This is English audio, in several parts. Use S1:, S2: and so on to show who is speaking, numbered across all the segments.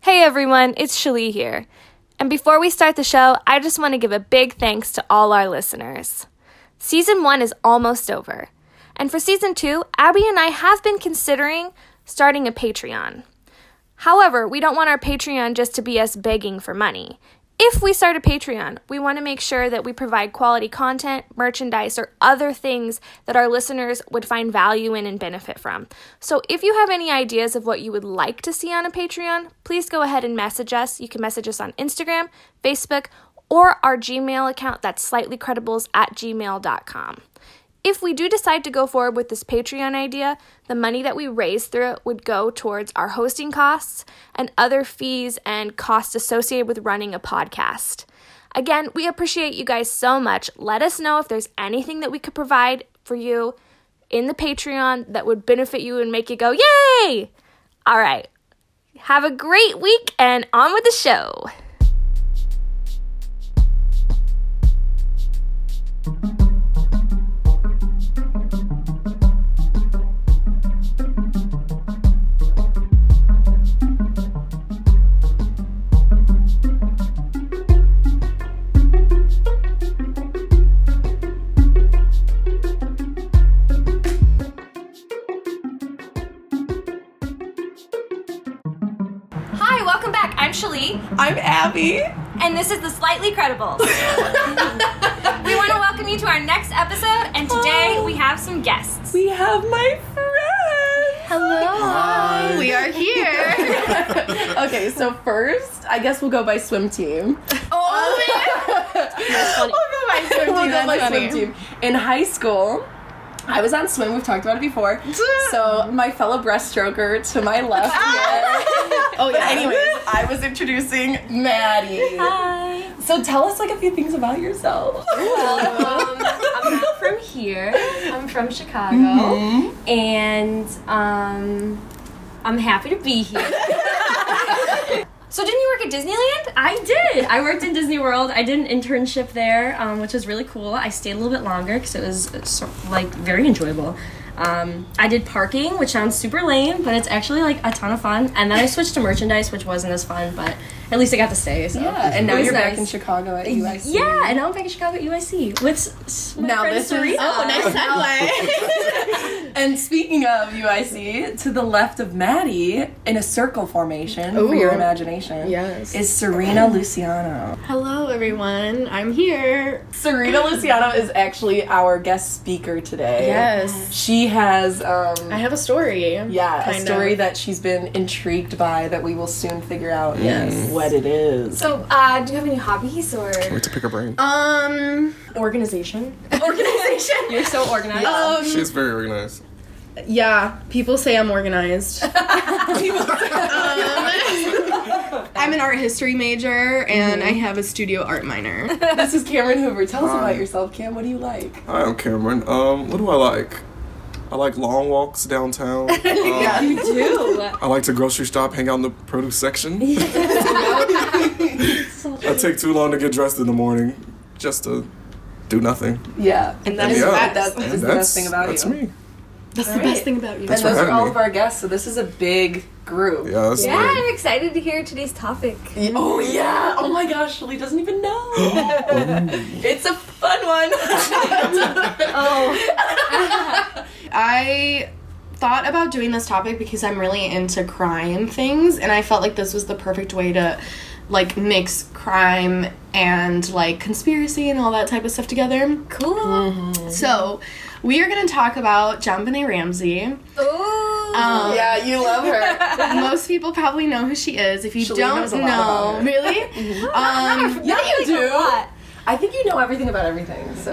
S1: Hey everyone, it's Shalee here. And before we start the show, I just want to give a big thanks to all our listeners. Season one is almost over. And for season two, Abby and I have been considering starting a Patreon. However, we don't want our Patreon just to be us begging for money. If we start a Patreon, we want to make sure that we provide quality content, merchandise, or other things that our listeners would find value in and benefit from. So if you have any ideas of what you would like to see on a Patreon, please go ahead and message us. You can message us on Instagram, Facebook, or our Gmail account that's slightlycredibles at gmail.com. If we do decide to go forward with this Patreon idea, the money that we raise through it would go towards our hosting costs and other fees and costs associated with running a podcast. Again, we appreciate you guys so much. Let us know if there's anything that we could provide for you in the Patreon that would benefit you and make you go, yay! All right. Have a great week and on with the show. Hi, welcome back. I'm Shalee.
S2: I'm Abby.
S1: and this is the Slightly Credibles. we want to welcome you to our next episode, and today we have some guests.
S2: We have my friend.
S1: Hello.
S3: We are here.
S2: okay, so first, I guess we'll go by swim team.
S3: funny.
S2: we'll go by swim team. Oh, we'll go
S3: That's
S2: by
S3: funny.
S2: swim team. In high school, I was on swim. We've talked about it before. so my fellow breaststroker to my left. oh yeah. Anyways, I was introducing Maddie.
S1: Hi.
S2: So tell us like a few things about yourself.
S4: um, I'm not from here. I'm from Chicago, Mm-hmm. and um, I'm happy to be here. so, didn't you work at Disneyland? I did. I worked in Disney World. I did an internship there, um, which was really cool. I stayed a little bit longer because it was uh, so, like very enjoyable. Um, I did parking, which sounds super lame, but it's actually like a ton of fun. And then I switched to merchandise, which wasn't as fun, but at least I got to stay. So.
S2: Yeah, and now
S4: It was
S2: you're back
S4: nice.
S2: in Chicago at UIC.
S4: Yeah, and now I'm back in Chicago at UIC with s- s- my
S2: Now
S4: friend
S2: this is-
S4: Sarita.
S2: Oh, nice And speaking of UIC, to the left of Maddie, in a circle formation for your imagination,
S3: Yes.
S2: is Serena Luciano.
S3: Hello, everyone. I'm here.
S2: Serena Luciano is actually our guest speaker today.
S3: Yes.
S2: She has, um,
S3: I have a story.
S2: yeah, a
S3: kind
S2: story
S3: of.
S2: that she's been intrigued by that we will soon figure out
S3: Yes.
S2: what it is.
S1: So, uh, do you have any hobbies or?
S5: Wait to pick her brain.
S3: Um, organization.
S2: Organization.
S4: You're so organized.
S3: Um,
S5: She's very organized.
S3: yeah, people say I'm organized. um, I'm an art history major and
S2: Mm-hmm.
S3: I have a studio art minor.
S2: this is Cameron Hoover. Tell us about yourself, Cam. What do you like?
S5: Hi, I'm Cameron. Um, what do I like? I like long walks downtown. Um,
S2: you do.
S5: I like to grocery shop, hang out in the produce section. I take too long to get dressed in the morning just to do nothing.
S2: Yeah, and
S5: that is-
S2: that,
S5: Yeah.
S2: that
S5: And
S2: is the best thing about
S5: that's
S2: you.
S5: me.
S3: That's the
S2: Alright.
S3: best thing about you.
S5: That's
S2: and those
S5: for
S2: are all
S5: me.
S2: of our guests, so this is a big group.
S5: Yeah, that's
S1: Yeah,
S5: me.
S1: I'm excited to hear today's topic.
S2: Oh yeah! Oh my gosh, Shelly doesn't even know. it's a fun one.
S3: I thought about doing this topic because I'm really into crime things and I felt like this was the perfect way to like mix crime and like conspiracy and all that type of stuff together. Cool.
S2: Mm-hmm.
S3: So, we are going to talk about JonBenet Ramsey.
S1: Ooh.
S3: Um,
S2: Oh. yeah, you love her.
S3: Most people probably know who she is. If you
S2: Shalene
S3: don't
S2: knows a lot about
S3: know,
S2: her.
S3: really, um,
S2: yeah, you
S1: Like a
S2: do.
S1: lot.
S2: I think you know everything about everything. So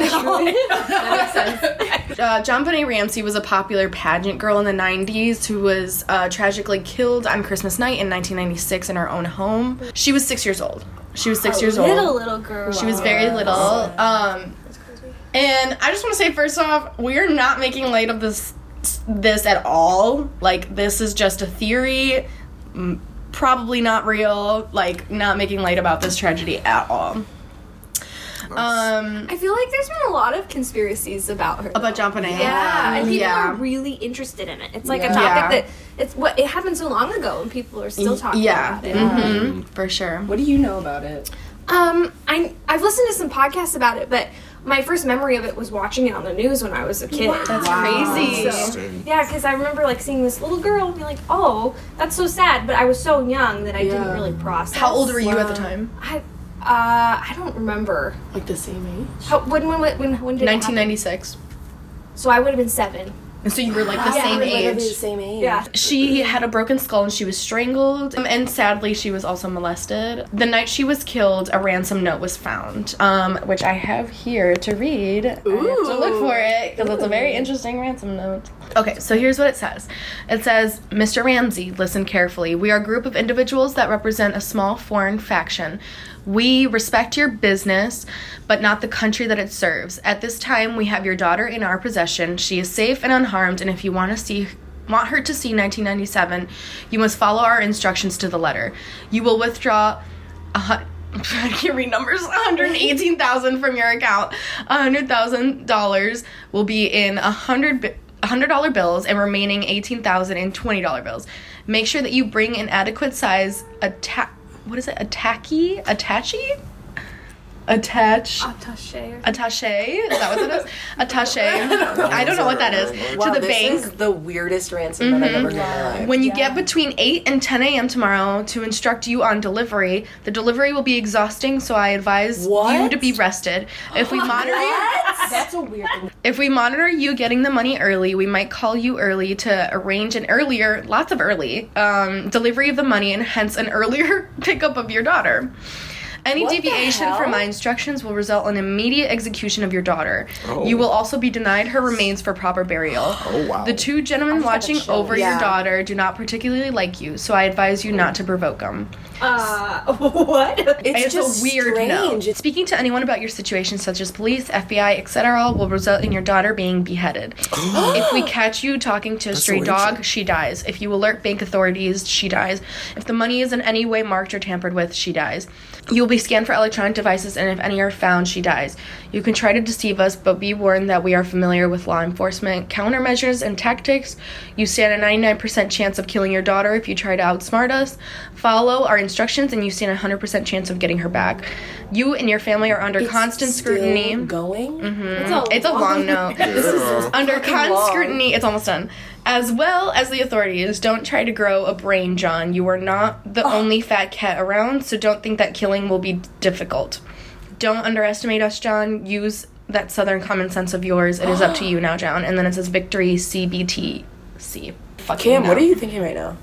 S3: uh, JonBenet Ramsey was a popular pageant girl in the 90s who was uh, tragically killed on Christmas night in 1996 in her own home. She was six years old. She was six years
S1: Little
S3: old.
S1: little girl.
S3: She was very little. Um, and I just want to say, first off, we are not making light of this this at all. Like this is just a theory, m- probably not real. Like not making light about this tragedy at all.
S5: Nice.
S3: Um,
S4: I feel like there's been a lot of conspiracies about her.
S3: about jumping in.
S4: yeah, and people
S3: Yeah.
S4: are really interested in it. It's like
S2: Yeah.
S4: a topic
S3: Yeah. Mm,
S4: that it's what it happened so long ago, and people are still talking
S3: Yeah.
S4: about it.
S3: hmm For sure.
S2: What do you know about it?
S4: Um, I I've listened to some podcasts about it, but my first memory of it was watching it on the news when I was a kid. That's
S3: crazy.
S5: Interesting.
S4: Yeah, because I remember like seeing this little girl and be like, "Oh, that's so sad," but I was so young that I didn't
S2: Yeah.
S4: really process.
S3: How old were you at the time?
S4: I uh, I don't remember.
S3: Like the same age.
S4: How, when when when when did it happen?
S3: 1996.
S4: So I would have been seven.
S3: And so you were like the
S4: Yeah,
S3: same
S4: we were
S3: age.
S2: same age.
S4: Yeah.
S3: She had a broken skull and she was strangled, um, and sadly, she was also molested. The night she was killed, a ransom note was found, um, which I have here to read. I have to look for it because it's a very interesting ransom note. Okay, so here's what it says It says, Mr. Ramsey, listen carefully. We are a group of individuals that represent a small foreign faction. We respect your business, but not the country that it serves. At this time, we have your daughter in our possession. She is safe and unharmed, and if you want to see want her to see 1997, you must follow our instructions to the letter. You will withdraw. A hun- I can't read numbers. 118,000 from your account. $100,000 will be in 100 bi- $100 bills and remaining 18,000 in $20 bills. Make sure that you bring an adequate size atta- what is it? Attacky? Attachy? Attach
S4: Attaché.
S3: attache. Is that what that is? Attache. I don't know what that is.
S2: Wow,
S3: to the
S2: this
S3: bank.
S2: is the weirdest ransom that I've ever heard.
S3: When you get between 8 and 10 a.m. tomorrow to instruct you on delivery, the delivery will be exhausting, so I advise you
S2: What?
S3: to be rested. If we monitor you,
S2: That's a weird thing.
S3: if we monitor you getting the money early, we might call you early to arrange an earlier, lots of early, um, delivery of the money and hence an earlier pickup of your daughter. Any
S2: What the
S3: deviation
S2: hell?
S3: from my instructions will result in immediate execution of your daughter.
S5: Oh.
S3: You will also be denied her remains for proper burial.
S5: Oh wow.
S3: The two gentlemen watching over your
S2: Yeah.
S3: daughter do not particularly like you, so I advise you not to provoke them.
S4: Uh, what?
S2: It's, just
S3: a weird
S2: strange.
S3: no.
S2: It's
S3: Speaking to anyone about your situation, such as police, FBI, etc., will result in your daughter being beheaded. if we catch you talking to a stray
S5: interesting.
S3: dog, she dies. If you alert bank authorities, she dies. If the money is in any way marked or tampered with, she dies. You will be scanned for electronic devices, and if any are found, she dies. You can try to deceive us, but be warned that we are familiar with law enforcement countermeasures and tactics. You stand a 99% chance of killing your daughter if you try to outsmart us. Follow our instructions, and you stand a 100% chance of getting her back. You and your family are under constant
S2: still
S3: scrutiny. Mm-hmm.
S2: Going.
S3: It's a long note.
S5: Yeah.
S3: Under constant
S2: long.
S3: scrutiny, it's almost done. As well as the authorities, don't try to grow a brain, John. You are not the only fat cat around, so don't think that killing will be difficult. Don't underestimate us, John. Use that southern common sense of yours. It is up to you now, John. And then it says victory CBTC. Fucking
S2: Kim,
S3: no.
S2: what are you thinking right now?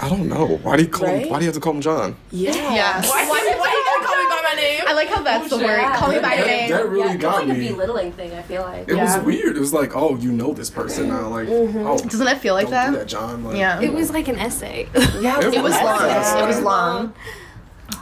S5: I don't know. Why do you call him?
S2: Right?
S5: Why do you have to call him John?
S2: Yeah.
S3: Yeah. I like how that's the word. Call me by your
S5: that,
S3: name.
S5: that really got
S4: like a
S5: me.
S4: belittling thing. I feel like.
S5: It was weird. It was like, oh, you know this person now. Like, oh,
S3: Doesn't it feel like
S5: don't
S3: that?
S5: do that, John. Like,
S3: Yeah.
S1: It was like an essay.
S2: Yeah,
S5: It was long.
S2: awesome.
S5: It was
S3: long.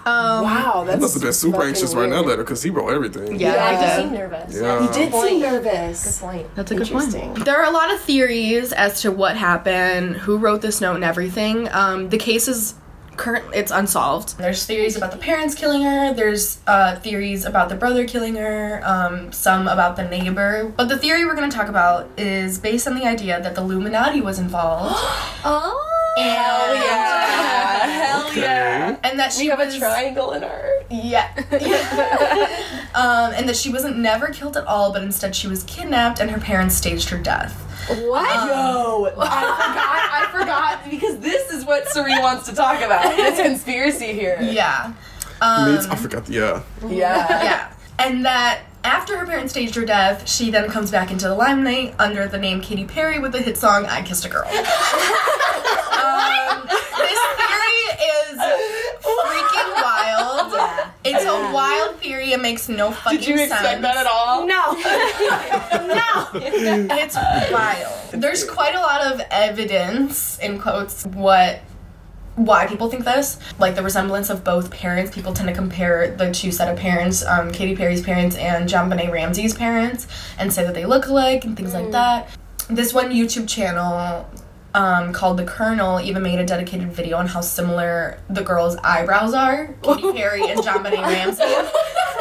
S2: Wow, that's
S5: He must have been super
S2: fucking
S5: anxious right now,
S2: weird.
S5: letter, because he wrote everything.
S3: Yeah,
S4: I
S3: I
S4: just
S3: did.
S4: seem nervous.
S5: Yeah.
S2: Did seem nervous.
S4: Point.
S3: That's a good
S2: Interesting.
S3: one. There are a lot of theories as to what happened, who wrote this note, and everything. Um, the case is currently it's unsolved. There's theories about the parents killing her. There's uh, theories about the brother killing her. Um, some about the neighbor. But the theory we're going to talk about is based on the idea that the Illuminati was involved.
S4: Oh.
S3: Hell
S2: Yeah, hell
S5: Okay.
S3: And that she
S2: We have
S3: was
S2: a triangle in our.
S3: Yeah. um, and that she wasn't never killed at all, but instead she was kidnapped and her parents staged her death.
S4: What?
S2: Yo, I forgot. I forgot because this is what Suri wants to talk about. This conspiracy here.
S3: Yeah. Um,
S5: Means- I forgot the yeah.
S2: Yeah.
S3: yeah. And that after her parents staged her death, she then comes back into the limelight under the name Katy Perry with the hit song "I Kissed a Girl." um, this theory is freaking wild. It's a wild theory. It makes no fucking sense.
S2: Did you expect that at all?
S3: It's wild. There's quite a lot of evidence, in quotes, what why people think this. Like the resemblance of both parents. People tend to compare the two set of parents, um, Katy Perry's parents and John Benet Ramsey's parents, and say that they look alike and things
S2: Mm.
S3: like that. This one YouTube channel um, called The Colonel even made a dedicated video on how similar the girls' eyebrows are, Katy Perry and John Benet Ramsey.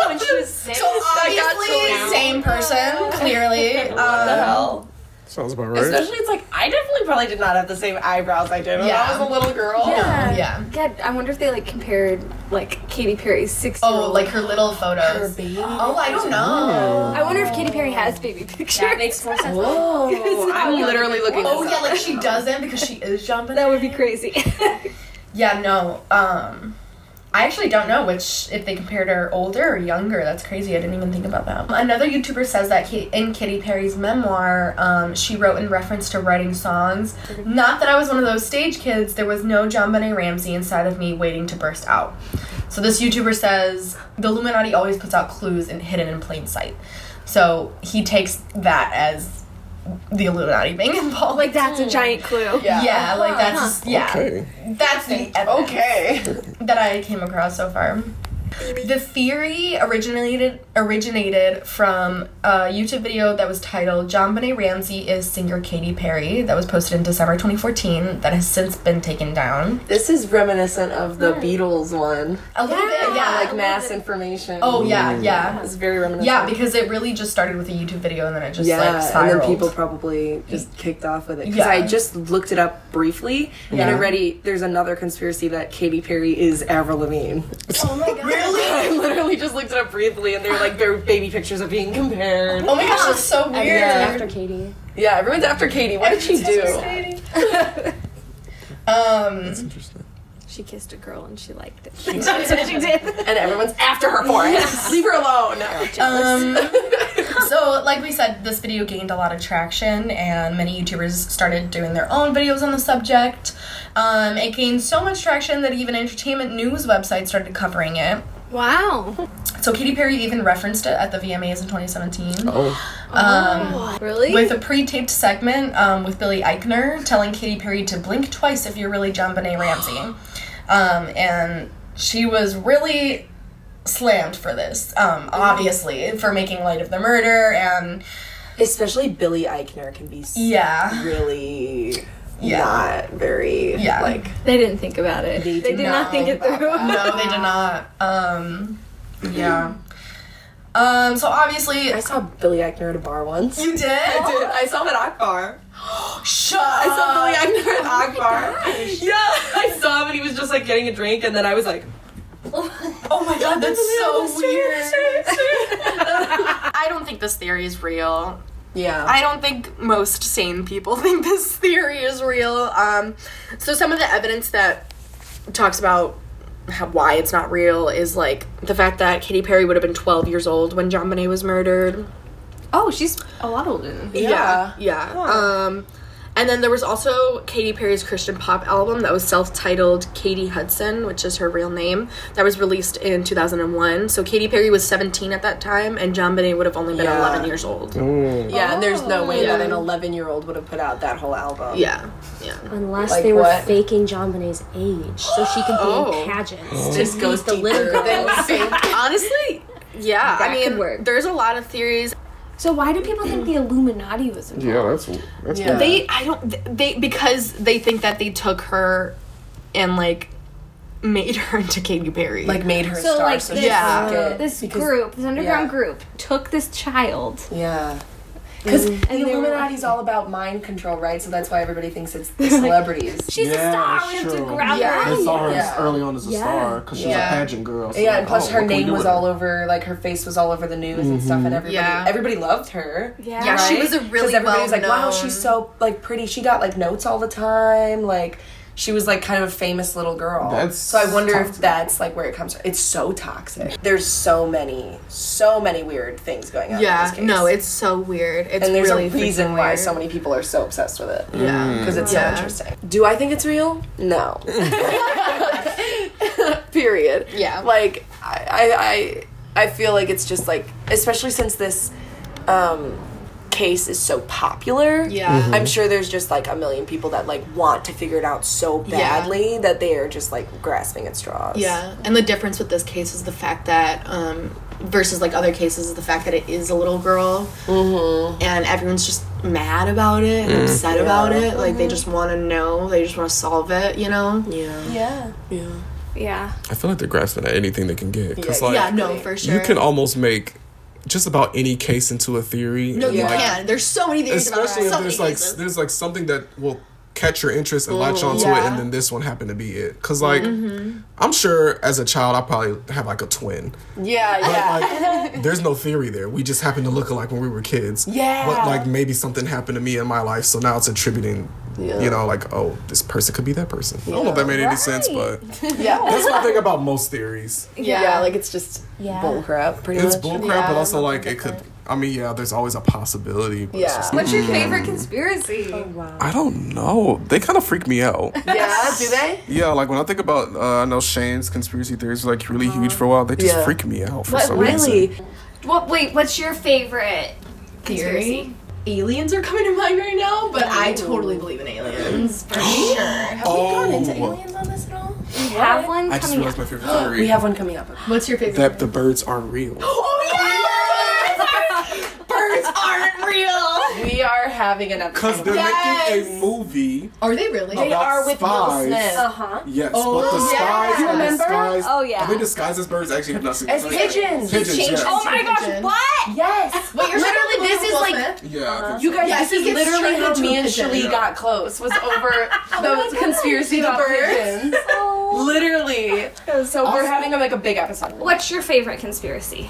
S4: when she was six.
S2: So obviously,
S3: same person, clearly. Um,
S2: what the hell?
S5: Sounds about right.
S2: Especially, it's like I definitely probably did not have the same eyebrows I did when I
S3: Yeah.
S2: was a little girl.
S3: yeah.
S1: God, I wonder if they like compared like Katy Perry's six.
S3: Oh, like her little photos. Oh, I don't know.
S1: I wonder if Katy Perry has baby pictures.
S4: That makes more sense.
S2: Oh, I'm literally looking.
S3: Oh
S2: this
S3: yeah,
S2: up.
S3: like she does them because she is jumping.
S1: that would be crazy.
S3: Yeah, no. Um, I actually don't know which if they compared her older or younger. That's crazy. I didn't even think about that. Another YouTuber says that Ki- in Katy Perry's memoir, um, she wrote in reference to writing songs. Not that I was one of those stage kids. There was no John Benet Ramsey inside of me waiting to burst out. So this YouTuber says the Illuminati always puts out clues and hidden in plain sight. So he takes that as the Illuminati being involved.
S1: like that's a giant clue.
S2: Yeah.
S3: yeah, like that's yeah.
S5: Okay.
S3: That's the evidence
S2: Oh, Okay.
S3: that I came across so far. The theory originated originated from a YouTube video that was titled "John Bonet Ramsey is singer Katy Perry" that was posted in December 2014 that has since been taken down.
S2: This is reminiscent of the Beatles one.
S3: A little bit, yeah.
S2: like mass information.
S3: oh yeah, yeah,
S2: It's very reminiscent.
S3: yeah. Because it really just started with a YouTube video and then it just
S2: yeah,
S3: like
S2: and
S3: spiraled.
S2: then people probably just kicked off with it because
S3: Yeah.
S2: I just looked it up briefly, and already there's another conspiracy that Katy Perry is Avril Lavigne.
S3: oh my god,
S2: I literally just looked it up briefly, and they're like their baby pictures are being compared.
S3: oh my gosh, that's so weird.
S1: After Katy.
S2: Yeah, everyone's after Katy. What did she do?
S3: Um,
S5: That's interesting.
S1: She kissed a girl and she liked it.
S2: And everyone's after her for it. Leave her alone.
S3: Um, so, like we said, this video gained a lot of traction, and many YouTubers started doing their own videos on the subject. Um, it gained so much traction that even entertainment news websites started covering it.
S1: Wow.
S3: So, Katy Perry even referenced it at the VMAs in 2017
S5: Oh,
S3: um,
S1: Really?
S3: with a pre taped segment um, with Billy Eichner telling Katy Perry to blink twice if you're really John Bonet Ramsey. Um, and she was really slammed for this, um, obviously, for making light of the murder and.
S2: Especially Billy Eichner can be s-
S3: Yeah.
S2: really
S3: Yeah.
S2: not very
S3: Yeah.
S2: like
S1: they didn't think about it. They, did not think it through.
S3: No, they did not. Um, yeah. Um, so obviously.
S2: I saw Billy Eichner at a bar once.
S3: You did? Oh,
S2: I did. I saw him at Akbar.
S3: Shut
S2: I saw
S3: up.
S2: Billy Eichner
S3: Oh
S2: at Akbar. Yeah, I saw him and he was just like getting a drink, and then I was like,
S3: Oh my god, that's so weird. I don't think this theory is real.
S2: yeah.
S3: I don't think most sane people think this theory is real. Um, so some of the evidence that talks about how, why it's not real is like the fact that Katy Perry would have been 12 years old when John Bonet was murdered.
S1: Oh, she's a lot older than me.
S3: Yeah. Yeah. Um, and then there was also Katy Perry's Christian pop album that was self titled Katie Hudson, which is her real name, that was released in 2001. So Katy Perry was 17 at that time, and John Bonet would have only been
S2: Yeah.
S3: 11 years old.
S2: Yeah, and there's no way that an
S1: Oh.
S2: 11 year old would have put out that whole album.
S3: Yeah. Yeah.
S6: Unless
S2: Like
S6: they were
S2: what?
S6: faking John Bonet's age so she could be
S3: Oh.
S6: in pageants.
S2: This goes
S6: the little
S2: deeper than
S6: girls.
S3: Honestly, yeah. I
S6: could
S3: mean,
S6: work.
S3: there's a lot of theories.
S1: So why do people think the Illuminati was involved?
S5: yeah. That's that's
S2: Yeah.
S3: They, I don't, they, because they think that they took her and like made her into Katy Perry.
S2: like made her
S1: So
S2: star.
S1: like
S2: so
S1: this, uh,
S2: she
S3: Yeah.
S2: could get-
S1: this
S2: because-
S1: group, this underground
S2: yeah.
S1: group, took this child.
S2: Yeah. Because the
S1: they were
S2: Illuminati's all about mind control, right? So that's why everybody thinks it's the celebrities.
S1: She's
S5: Yeah,
S1: a star.
S5: that's
S1: We have to
S5: true.
S1: grab
S2: Yeah.
S1: her.
S5: I saw her
S2: Yeah.
S5: early on as a star because she was
S3: Yeah.
S5: a pageant girl. so
S2: Yeah,
S5: like,
S2: and plus
S5: oh,
S2: her
S5: what can we
S2: name
S5: do
S2: was
S5: with Mm-hmm.
S2: all
S5: it?
S2: over, like her face was all over the news and stuff, and everybody
S3: Yeah.
S2: everybody loved her.
S1: Yeah.
S3: Yeah, she
S2: right?
S3: was a
S2: 'Cause
S3: really
S2: everybody was like, wow,
S3: well-known-
S2: she's so like pretty. She got like notes all the time. Like she was like kind of a famous little girl.
S5: That's
S2: so I wonder if
S5: toxic.
S2: that's like where it comes from. It's so toxic. There's so many, so many weird things going on. in
S3: yeah.
S2: this case.
S3: No, it's so weird. It's
S2: and there's a
S3: really
S2: reason
S3: freaking
S2: why
S3: weird.
S2: so many people are so obsessed with it.
S3: Yeah.
S2: because it's
S3: Yeah.
S2: so interesting. Do I think it's real? No. Period.
S3: Yeah.
S2: Like I, I, I, I feel like it's just like, especially since this um, case is so popular.
S3: Yeah. Mhm.
S2: I'm sure there's just like a million people that like want to figure it out so badly that they are just like grasping at straws.
S3: Yeah, and the difference with this case is the fact that, um, versus like other cases, is the fact that it is a little girl, mm-hmm. and everyone's just mad about it, and
S5: Mm.
S3: upset about it. Like they just want to know, they just want to solve it, you know.
S2: Yeah.
S1: Yeah.
S2: Yeah.
S7: Yeah.
S5: I feel like they're grasping at anything they can get. Because,
S2: Yeah,
S5: like,
S3: yeah, Uh, no, for sure.
S5: you can almost make just about any case into a theory.
S3: No,
S5: and,
S3: you
S5: like,
S3: can. There's so many theories about it.
S5: Especially
S3: so
S5: if there's
S3: many
S5: like
S3: cases.
S5: there's like something that will catch your interest and
S2: Mm,
S5: latch onto it,
S3: Yeah.
S5: and then this one happened to be it. Cause like
S2: Mm-hmm.
S5: I'm sure as a child I probably have like a twin.
S2: Yeah,
S5: But
S2: yeah.
S5: like, there's no theory there. We just happen to look alike when we were kids.
S2: Yeah.
S5: But like, maybe something happened to me in my life, so now it's attributing.
S2: Yeah.
S5: You know, like, oh, this person could be that person. I don't know if that made any sense, but
S2: yeah.
S5: that's my thing about most theories.
S2: yeah. like it's just
S8: Yeah.
S2: bull crap, pretty
S5: It's
S2: much.
S5: bullcrap,
S3: Yeah,
S5: but also like it could. I mean, yeah, there's always a possibility. But it's
S2: Yeah.
S5: just- mm.
S4: What's your favorite conspiracy?
S7: Oh,
S5: I don't know. They kind of freak me out.
S2: yeah, do they?
S5: yeah, like when I think about, uh, I know Shane's conspiracy theories were like really huge for a while. They just
S2: Yeah.
S5: freak me out for
S4: What,
S5: some
S4: really?
S5: reason.
S4: What? Wait, what's your favorite conspiracy?
S3: Theory. Aliens are coming to mind right now, but I totally believe in aliens for sure.
S5: Oh,
S7: We have one
S5: I
S7: coming
S5: just
S7: up.
S5: realized my favorite theory.
S2: We have one coming up.
S3: What's your favorite?
S5: that the birds are real.
S3: Birds aren't real.
S2: We are having an episode.
S5: Because they're
S3: Yes.
S5: making a movie.
S3: Are they really?
S5: They about
S2: are with
S5: spies.
S2: Will Smith.
S4: Uh huh.
S5: Yes,
S3: Oh,
S5: but the
S3: yeah.
S5: spies
S3: You
S5: are
S3: remember?
S5: disguised.
S7: Uh-huh. Oh, yeah.
S5: Are they disguised as birds? I Actually, have not seen
S2: As
S5: the movie.
S2: pigeons.
S5: Pigeons,
S3: changed
S5: yes.
S3: Oh my gosh,
S4: What?
S2: Yes.
S3: Wait, you're
S2: Literally, this is like-
S5: Yeah.
S3: Uh-huh.
S2: You guys,
S3: Yeah,
S2: this
S3: he
S2: is
S3: gets
S2: literally
S3: turned
S2: how
S3: into
S2: me
S3: a
S2: and
S3: pigeon.
S2: Shelly
S5: Yeah.
S2: got close. Was over the conspiracy
S3: The
S2: about
S3: birds.
S2: pigeons. Literally. So we're having a, like a big episode.
S7: What's your favorite conspiracy?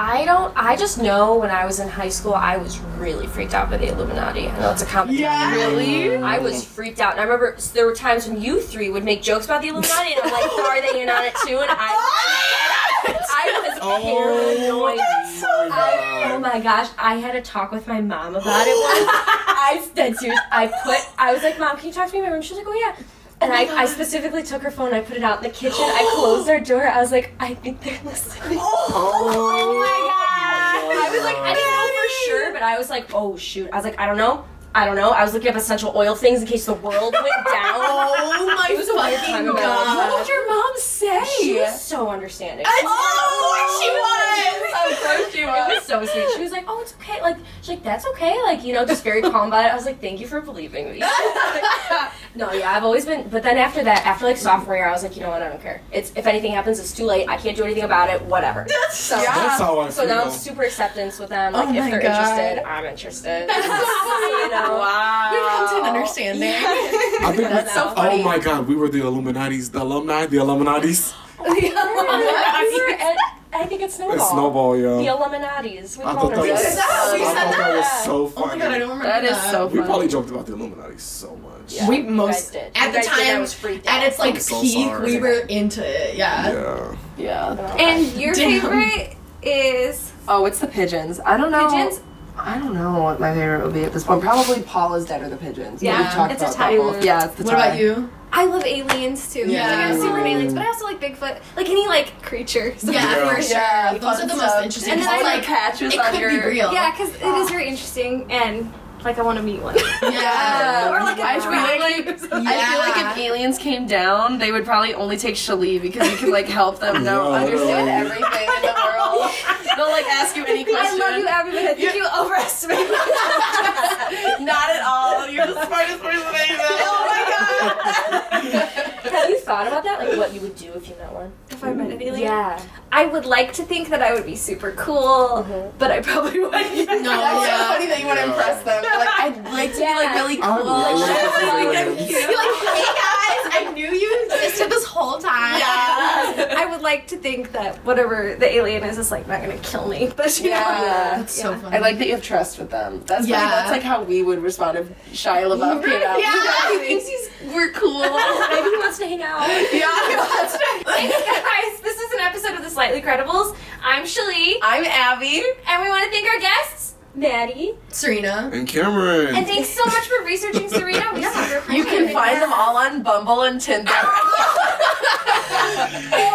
S4: I don't. I just know when I was in high school, I was really freaked out by the Illuminati. I know it's a common.
S3: Yeah.
S2: Really?
S4: I was freaked out, and I remember s- there were times when you three would make jokes about the Illuminati, and I'm like, "Are they in on it too?" And I, I was
S5: Oh,
S4: paranoid.
S5: my
S4: I,
S5: God.
S4: oh my gosh, I had a talk with my mom about it once. I dead serious. I put I was like, Mom, can you talk to me in my room? She was like, Oh yeah. And I, I specifically took her phone, I put it out in the kitchen, I closed their door, I was like, I think they're listening.
S3: Oh
S4: Oh I was like, I didn't know for sure, but I was like, oh shoot. I was like, I don't know. I don't know. I was looking up essential oil things in case the world went down.
S3: Oh my fucking
S4: ago.
S3: god.
S2: What did your mom say?
S4: She was so understanding.
S2: Of course she
S4: It
S2: was.
S4: was so sweet. She was like, "Oh, it's okay." Like, she's like, "That's okay." Like, you know, just very calm about it. I was like, "Thank you for believing me." no, yeah, I've always been. But then after that, after like sophomore year, I was like, you know what? I don't care. It's if anything happens, it's too late. I can't do anything about it. Whatever. So,
S5: That's how I
S4: so
S5: feel.
S4: now I'm super acceptance with them. Like,
S3: Oh my
S4: if they're
S3: God.
S4: interested, I'm interested. you know.
S3: We've come to an understanding.
S5: I think that's
S3: so funny.
S5: Oh my god, we were the Illuminati's, the alumni, the Illuminati's.
S4: We were at- I think it's
S5: It's
S4: snowball.
S5: snowball, yo.
S4: The Illuminati's. We
S5: I
S4: call
S5: thought that
S4: them.
S5: was,
S3: Is that- we
S5: I
S3: said
S5: thought that was so
S3: Oh my
S5: funny.
S3: god, I don't remember
S2: That is so
S5: we
S2: funny.
S5: probably joked about the Illuminati so much. Yeah.
S3: We
S4: You guys
S3: most
S4: did.
S3: at
S4: You
S3: the
S4: guys did. I
S3: time,
S4: was freaked out.
S3: at its like
S5: I'm so
S3: peak,
S5: sorry.
S3: we were into it. Yeah.
S2: Yeah.
S7: And your
S3: Damn.
S7: favorite is
S2: Oh, it's the pigeons. I don't know.
S7: Pigeons?
S2: I don't know what my favorite would be at this point. Probably Paul is dead or the pigeons.
S3: Yeah,
S2: We've talked
S7: it's a
S2: about
S7: tie.
S2: that both. Yeah, it's the
S3: What about you?
S7: I love aliens too.
S3: Yeah.
S7: Like I'm super into aliens, but I also like Bigfoot, like any like creature. So
S5: Yeah.
S3: for sure.
S2: Yeah,
S3: Those are the
S2: fun
S3: most
S2: stuff.
S3: interesting.
S7: And then
S3: ones.
S7: I
S2: Like patches
S3: it
S2: on
S3: could
S2: your.
S3: be real.
S7: yeah, because it is very interesting and like I want to meet one.
S2: Uh,
S3: Yeah.
S7: or like a
S2: I feel
S7: drag.
S2: like, I feel
S3: Yeah.
S2: like if aliens came down, they would probably only take Shalee because you can like help them know
S5: Yeah.
S2: understand everything in the world. They'll like ask you any
S7: I
S2: question.
S7: love you, Abby, but I think you overestimate me.
S2: Not at all. You're the smartest person I know.
S7: Oh
S4: Have you thought about that? Like, what you would do if you met one?
S7: if I met an alien. I would like to think that I would be super cool,
S4: Mm-hmm.
S7: but I probably wouldn't.
S3: No, yeah.
S2: that you want to impress them. You're Like I'd like to be like really cool.
S5: I love
S2: like,
S5: aliens.
S3: You're like, hey guys, I knew you existed this whole time.
S7: I would like to think that whatever the alien is is like not gonna kill me. But you
S2: Yeah.
S7: know,
S3: That's so funny.
S2: I like that you have trust with them. That's yeah.
S3: Yeah.
S2: that's like how we would respond if Shia LaBeouf came out.
S3: Yeah, he thinks he's, we're cool.
S4: Maybe he wants to hang out.
S7: Thanks, guys. This is an episode of The Slightly Credibles. I'm Shalee,
S2: I'm Abby.
S7: and we want to thank our guests, Maddie.
S3: Serena.
S5: And Cameron.
S7: And thanks so much for researching
S3: Oh,
S7: Serena. We super
S2: You
S7: appreciate
S2: can
S7: it.
S2: find them all on Bumble and Tinder.
S7: or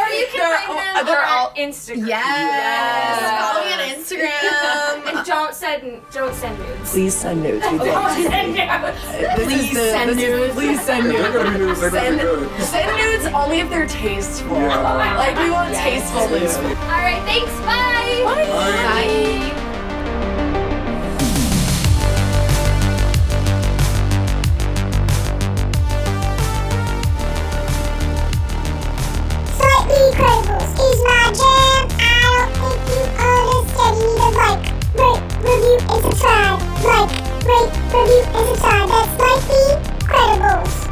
S7: you can
S2: They're all-
S7: find them
S2: they're
S7: on
S2: all-
S7: Instagram.
S3: Yes. Follow me on Instagram.
S7: And don't send don't send nudes.
S2: Please send nudes. We did.
S7: Don't send nudes.
S2: Please send nudes. Please send
S5: They're
S2: nudes.
S5: gonna be news. They're gonna be
S2: Send-
S5: good.
S2: Send nudes only if they're tasteful.
S5: Yeah.
S2: Like we want tasteful nudes.
S7: All right. Thanks. Bye. Bye.
S9: subscribe, like, rate, review, and subscribe. That's my fee. Credibles.